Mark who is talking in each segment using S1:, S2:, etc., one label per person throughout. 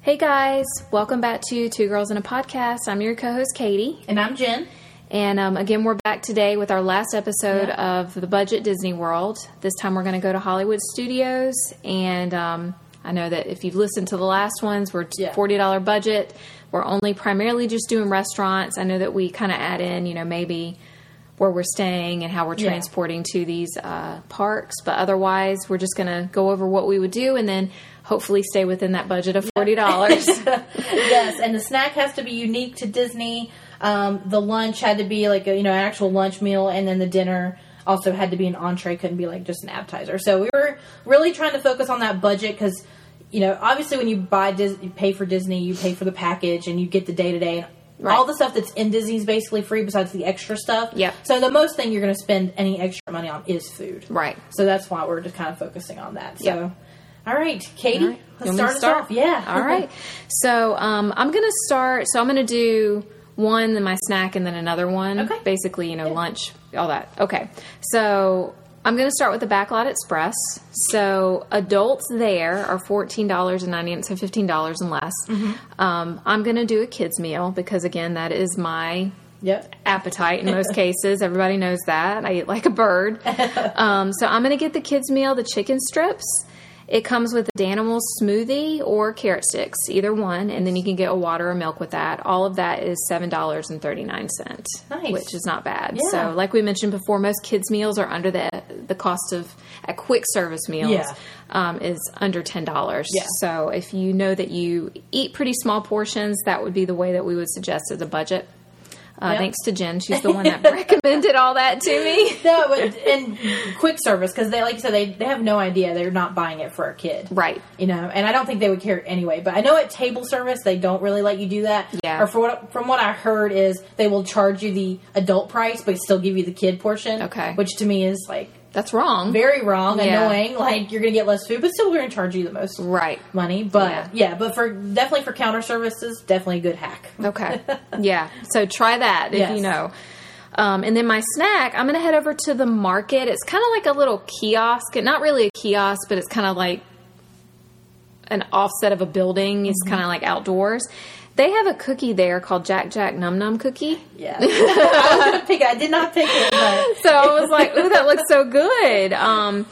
S1: Hey guys, welcome back to Two Girls in a Podcast. I'm your co host, Katie.
S2: And I'm Jen.
S1: And um, again, we're back today with our last episode of the budget Disney World. This time we're going to go to Hollywood Studios. And um, I know that if you've listened to the last ones, we're t-
S2: Yeah.
S1: $40 budget. We're only primarily just doing restaurants. I know that we kind of add in, you know, maybe where we're staying and how we're
S2: Yeah.
S1: transporting to these uh, parks. But otherwise, we're just going to go over what we would do and then hopefully stay within that budget of $40.
S2: Yes, and the snack has to be unique to Disney. Um, the lunch had to be like a, you know an actual lunch meal, and then the dinner also had to be an entree. Couldn't be like just an appetizer. So we were really trying to focus on that budget because you know obviously when you buy Dis- you pay for Disney, you pay for the package and you get the day to day. All the stuff that's in Disney's basically free besides the extra stuff.
S1: Yep.
S2: So the most thing you're going to spend any extra money on is food.
S1: Right.
S2: So that's why we're just kind of focusing on that. So,
S1: Yep.
S2: all right, Katie,
S1: All right.
S2: let's
S1: You want
S2: start,
S1: me to
S2: us off. Yeah.
S1: All right. So um, I'm going to start. So I'm going to do one, then my snack, and then another one.
S2: Okay.
S1: Basically, you know, lunch, all that. Okay. So I'm going to start with the Backlot Express. So adults there are $14.90 to $15 and less. Um, I'm going to do a kids meal because, again, that is my
S2: Yep.
S1: appetite in most cases. Everybody knows that. I eat like a bird. Um, so I'm going to get the kids' meal, the chicken strips. It comes with a Danimal smoothie or carrot sticks, either one, and then you can get a water or milk with that. All of that is seven dollars and thirty nine cents,
S2: Nice.
S1: which is not bad.
S2: Yeah.
S1: So, like we mentioned before, most kids' meals are under the the cost of a quick service meals
S2: Yeah.
S1: um, is under ten dollars.
S2: Yeah.
S1: So if you know that you eat pretty small portions, that would be the way that we would suggest as a budget. Uh,
S2: Yep.
S1: Thanks to Jen, she's the one that recommended all that to me.
S2: No, but, and quick service because they, like you said, they, they have no idea they're not buying it for a kid,
S1: Right.
S2: You know, and I don't think they would care anyway. But I know at table service they don't really let you do that.
S1: Yeah.
S2: Or for what, from what I heard is they will charge you the adult price but still give you the kid portion.
S1: Okay.
S2: Which to me is like
S1: That's wrong.
S2: very wrong,
S1: Yeah.
S2: annoying. Like you're gonna get less food, but still we're gonna charge you the most
S1: right.
S2: money. But
S1: Yeah.
S2: yeah. but for definitely for counter services, definitely a good hack.
S1: Okay. yeah. So try that if
S2: Yes.
S1: you know. Um, and then my snack, I'm going to head over to the market. It's kind of like a little kiosk. Not really a kiosk, but it's kind of like an offset of a building. It's kind of like outdoors. They have a cookie there called Jack Jack Num Num Cookie.
S2: Yeah. I was gonna pick it. I did not pick it, but
S1: So I was like, ooh, that looks so good. Um,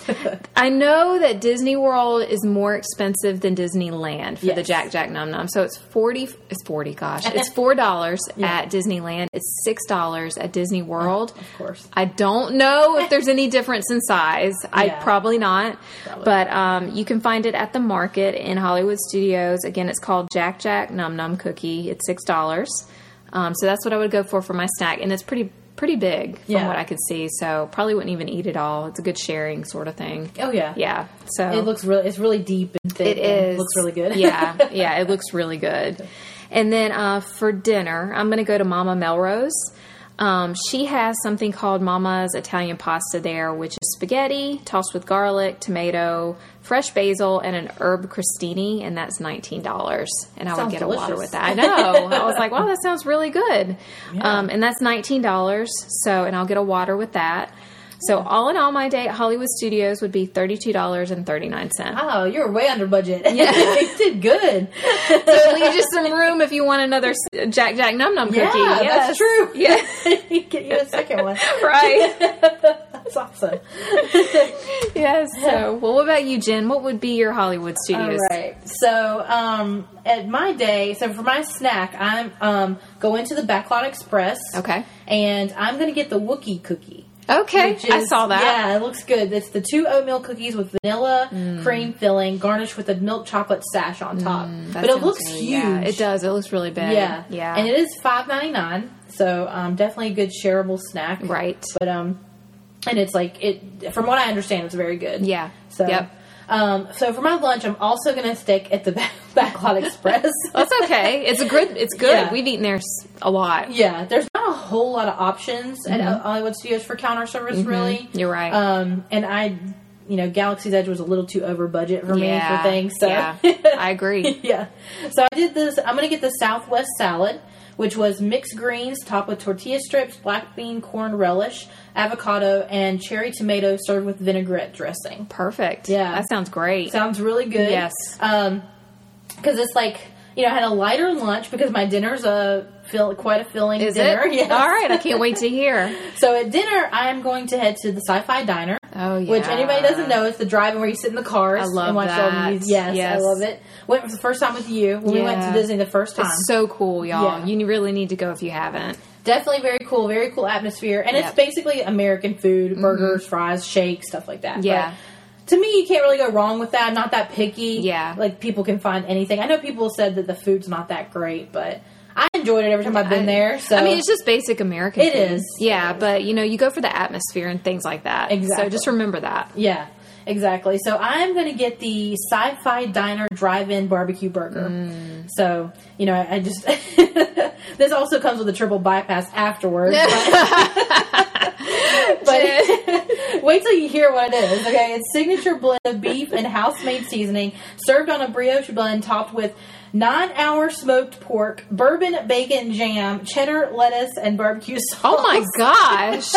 S1: I know that Disney World is more expensive than Disneyland for the
S2: Yes.
S1: Jack Jack Num Num. So it's 40, it's 40, gosh. It's $4 at Disneyland. It's $6 at Disney World.
S2: of course.
S1: I don't know if there's any difference in size. I
S2: Yeah.
S1: probably not.
S2: Probably.
S1: But um, you can find it at the market in Hollywood Studios. Again, it's called Jack Jack Num Num Cookie. It's six dollars. Um, so that's what I would go for for my snack, and it's pretty pretty big from
S2: Yeah.
S1: what I could see. So probably wouldn't even eat it all. It's a good sharing sort of thing.
S2: Oh yeah.
S1: Yeah. So
S2: It looks really. It's really deep and thick.
S1: it
S2: and
S1: is.
S2: Looks really good.
S1: yeah, yeah, it looks really good. And then uh, for dinner, I'm going to go to Mama Melrose. Um, she has something called Mama's Italian pasta there, which is spaghetti tossed with garlic, tomato, fresh basil, and an herb crostini, and that's nineteen dollars. And I would
S2: Sounds
S1: get a water
S2: delicious.
S1: with that. I know. I was like, wow, that sounds really good. Um, and that's nineteen dollars. So, and I'll get a water with that. So, all in all, my day at Hollywood Studios would be thirty-two dollars and thirty-nine cents.
S2: Oh, you're way under budget. Yeah, you did good.
S1: So leave you some room if you want another s- Jack Jack Num Num
S2: Yeah,
S1: cookie.
S2: that's true.
S1: Yeah,
S2: Get you a second one.
S1: right.
S2: That's awesome.
S1: yes. So, well, what about you, Jen? What would be your Hollywood
S2: All
S1: studios?
S2: right. So, um, at my day, so for my snack, I'm um going to the Backlot Express.
S1: Okay.
S2: And I'm gonna get the Wookie cookie.
S1: Okay,
S2: which
S1: I
S2: is-
S1: saw that.
S2: Yeah, it looks good. It's the two oatmeal cookies with vanilla
S1: Mm.
S2: cream filling, garnished with a milk chocolate sash on top.
S1: Mm, That
S2: but it
S1: sounds
S2: looks
S1: really-
S2: huge.
S1: Yeah, it does. It looks really big.
S2: Yeah,
S1: yeah.
S2: And it is five ninety nine, so um, definitely a good shareable snack.
S1: right.
S2: But um, and it's like it from what I understand, it's very good.
S1: Yeah.
S2: So.
S1: Yep.
S2: Um, so for my lunch, I'm also going to stick at the back, Backlot Express.
S1: That's okay. It's a good. It's good.
S2: Yeah.
S1: We've eaten there s- a lot.
S2: yeah, there's not a whole lot of options at Hollywood Studios for counter service, really.
S1: Mm-hmm. You're right.
S2: Um, and I, you know, Galaxy's Edge was a little too over budget for me
S1: yeah.
S2: for things. So
S1: Yeah. I agree.
S2: Yeah. So I did this. I'm going to get the Southwest salad, which was mixed greens topped with tortilla strips, black bean, corn relish, avocado, and cherry tomato served with vinaigrette dressing.
S1: Perfect.
S2: Yeah.
S1: That sounds great.
S2: Sounds really good.
S1: Yes.
S2: Um, because it's like you know, I had a lighter lunch because my dinner's a fill, quite a filling
S1: Is
S2: dinner.
S1: it?
S2: Yes.
S1: All right, I can't wait to hear.
S2: So at dinner, I am going to head to the Sci-Fi Diner.
S1: Oh, yeah.
S2: Which anybody doesn't know, it's the drive-in where you sit in the cars
S1: I love
S2: and watch all the
S1: that.
S2: movies. Yes,
S1: Yes.
S2: I love it. Went for the first time with you when we went
S1: Yeah.
S2: to Disney the first time.
S1: It's so cool, y'all.
S2: Yeah.
S1: You really need to go if you haven't.
S2: Definitely very cool, very cool atmosphere, and
S1: Yep. Mm-hmm.
S2: it's basically American food: burgers, fries, shakes, stuff like that.
S1: Yeah.
S2: But to me, you can't really go wrong with that. I'm not that picky.
S1: Yeah.
S2: like people can find anything. I know people said that the food's not that great, but I enjoyed it every time I've been
S1: I-
S2: there. So
S1: I mean, it's just basic American.
S2: It
S1: food.
S2: is.
S1: Yeah,
S2: It is.
S1: but you know, you go for the atmosphere and things like that. So
S2: Exactly.
S1: just remember that.
S2: Yeah, exactly. So I'm going to get the sci-fi diner drive-in barbecue burger.
S1: Mm.
S2: So you know, I, I just this also comes with a triple bypass afterwards. but- but wait till you hear what it is. Okay, it's signature blend of beef and house-made seasoning, served on a brioche blend topped with. Nine hour smoked pork, bourbon, bacon, jam, cheddar, lettuce, and barbecue sauce.
S1: Oh my gosh.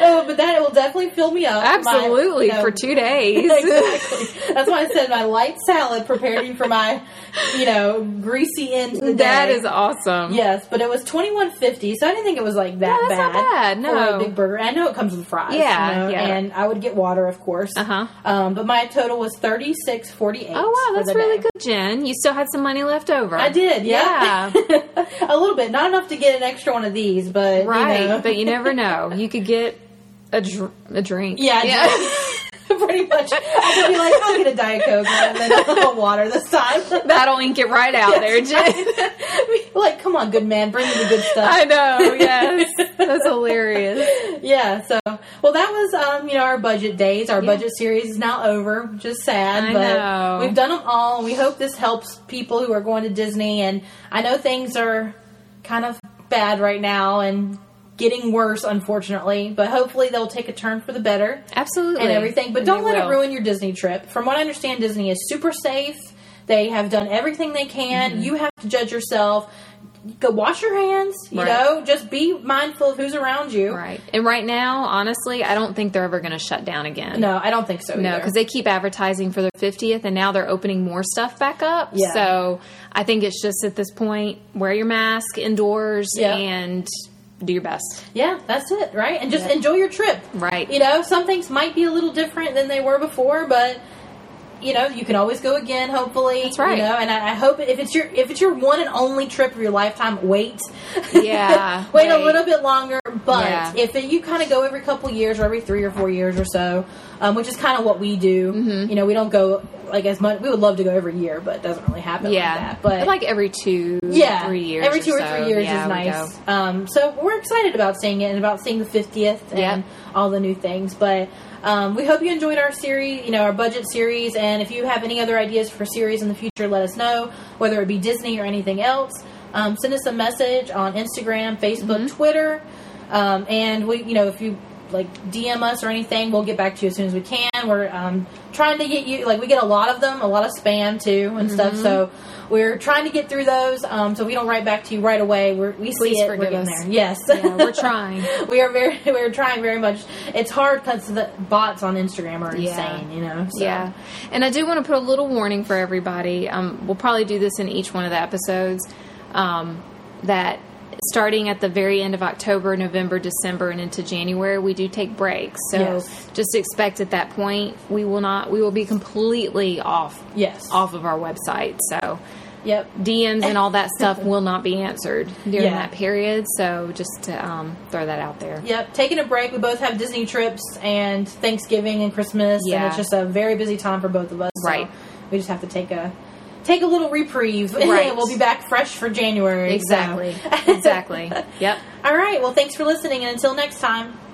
S2: Oh, but that will definitely fill me up. My-
S1: Absolutely
S2: you know,
S1: for 2 days.
S2: exactly. That's why I said my light salad prepared me for my, you know, greasy end to the day.
S1: That is awesome.
S2: Yes, but it was twenty one fifty, so I didn't think it was like that
S1: No, that's not
S2: bad.
S1: bad, no.
S2: for a big burger. I know it comes with fries.
S1: Yeah,
S2: you know,
S1: yeah.
S2: and I would get water, of course.
S1: Uh-huh.
S2: Um, but my total was thirty six forty eight.
S1: Oh wow, that's really good, Jen. You still had some money left over.
S2: I did, yeah.
S1: Yeah.
S2: a little bit, not enough to get an extra one of these, but
S1: right,
S2: You know.
S1: but you never know. You could get a, dr- a drink.
S2: Yeah, drink. pretty much. I could be like, I'll get a diet coke and then a little water this time.
S1: That'll ink it right out there, Jen.
S2: like, come on, good man, bring me the good stuff.
S1: I know, yes. That's hilarious.
S2: yeah. So, well, that was um, you know our budget days. Our
S1: Yeah.
S2: budget series is now over, which is sad,
S1: I
S2: but
S1: know.
S2: we've done them all. We hope this helps people who are going to Disney. And I know things are kind of bad right now and getting worse, unfortunately. But hopefully, they'll take a turn for the better.
S1: Absolutely.
S2: and everything. But don't
S1: They
S2: let it
S1: will.
S2: ruin your Disney trip. From what I understand, Disney is super safe. They have done everything they can.
S1: Mm-hmm.
S2: You have to judge yourself. Go wash your hands. You
S1: Right.
S2: know, just be mindful of who's around you.
S1: Right. And right now, honestly, I don't think they're ever going to shut down again.
S2: No, I don't think so.
S1: No,
S2: either.
S1: because they keep advertising for their 50th and now they're opening more stuff back up.
S2: Yeah.
S1: So I think it's just at this point, wear your mask indoors
S2: Yeah.
S1: and do your best.
S2: yeah, that's it, right? And just enjoy your trip.
S1: Right.
S2: You know, some things might be a little different than they were before, but. You know, you can always go again. Hopefully, that's
S1: right.
S2: You know, and I, I hope if it's your if it's your one and only trip of your lifetime, wait.
S1: Yeah,
S2: wait, a
S1: wait.
S2: little bit longer. But
S1: Yeah.
S2: if it, you kind of go every couple years or every three or four years or so, um, which is kind of what we do.
S1: Mm-hmm.
S2: You know, we don't go like as much. We would love to go every year, but it doesn't really happen.
S1: yeah.
S2: like that. but
S1: like every two,
S2: yeah,
S1: three years.
S2: every two or,
S1: so,
S2: three years
S1: yeah,
S2: is
S1: we
S2: nice.
S1: go.
S2: Um, so we're excited about seeing it and about seeing the fiftieth and
S1: Yeah.
S2: all the new things. But um, we hope you enjoyed our series, you know, our budget series. And if you have any other ideas for series in the future, let us know. Whether it be Disney or anything else, um, send us a message on Instagram, Facebook, Twitter, um, and we, you know, if you. Like DM us or anything, we'll get back to you as soon as we can. We're um, trying to get you like we get a lot of them, a lot of spam too and stuff. So we're trying to get through those. Um, so we don't write back to you right away. We're, we
S1: Please
S2: see it.
S1: forgive
S2: we're getting
S1: us.
S2: there. Yes,
S1: Yeah, we're trying.
S2: we are very we're trying very much. It's hard because the bots on Instagram are
S1: Yeah.
S2: insane. You know. So.
S1: Yeah. And I do want to put a little warning for everybody. Um, we'll probably do this in each one of the episodes. Um, that starting at the very end of October, November, December, and into January, we do take breaks. So
S2: Yes.
S1: just expect at that point we will not we will be completely off
S2: Yes.
S1: off of our website. So
S2: Yep.
S1: DMs and all that stuff will not be answered during
S2: Yeah.
S1: that period. So just to um, throw that out there.
S2: Yep, taking a break. We both have Disney trips and Thanksgiving and Christmas, and
S1: Yeah.
S2: it's just a very busy time for both of us. so
S1: Right.
S2: we just have to take a take a little reprieve,
S1: Right.
S2: and we'll be back fresh for January. so.
S1: Exactly. exactly. Yep.
S2: All right. Well, thanks for listening, and until next time.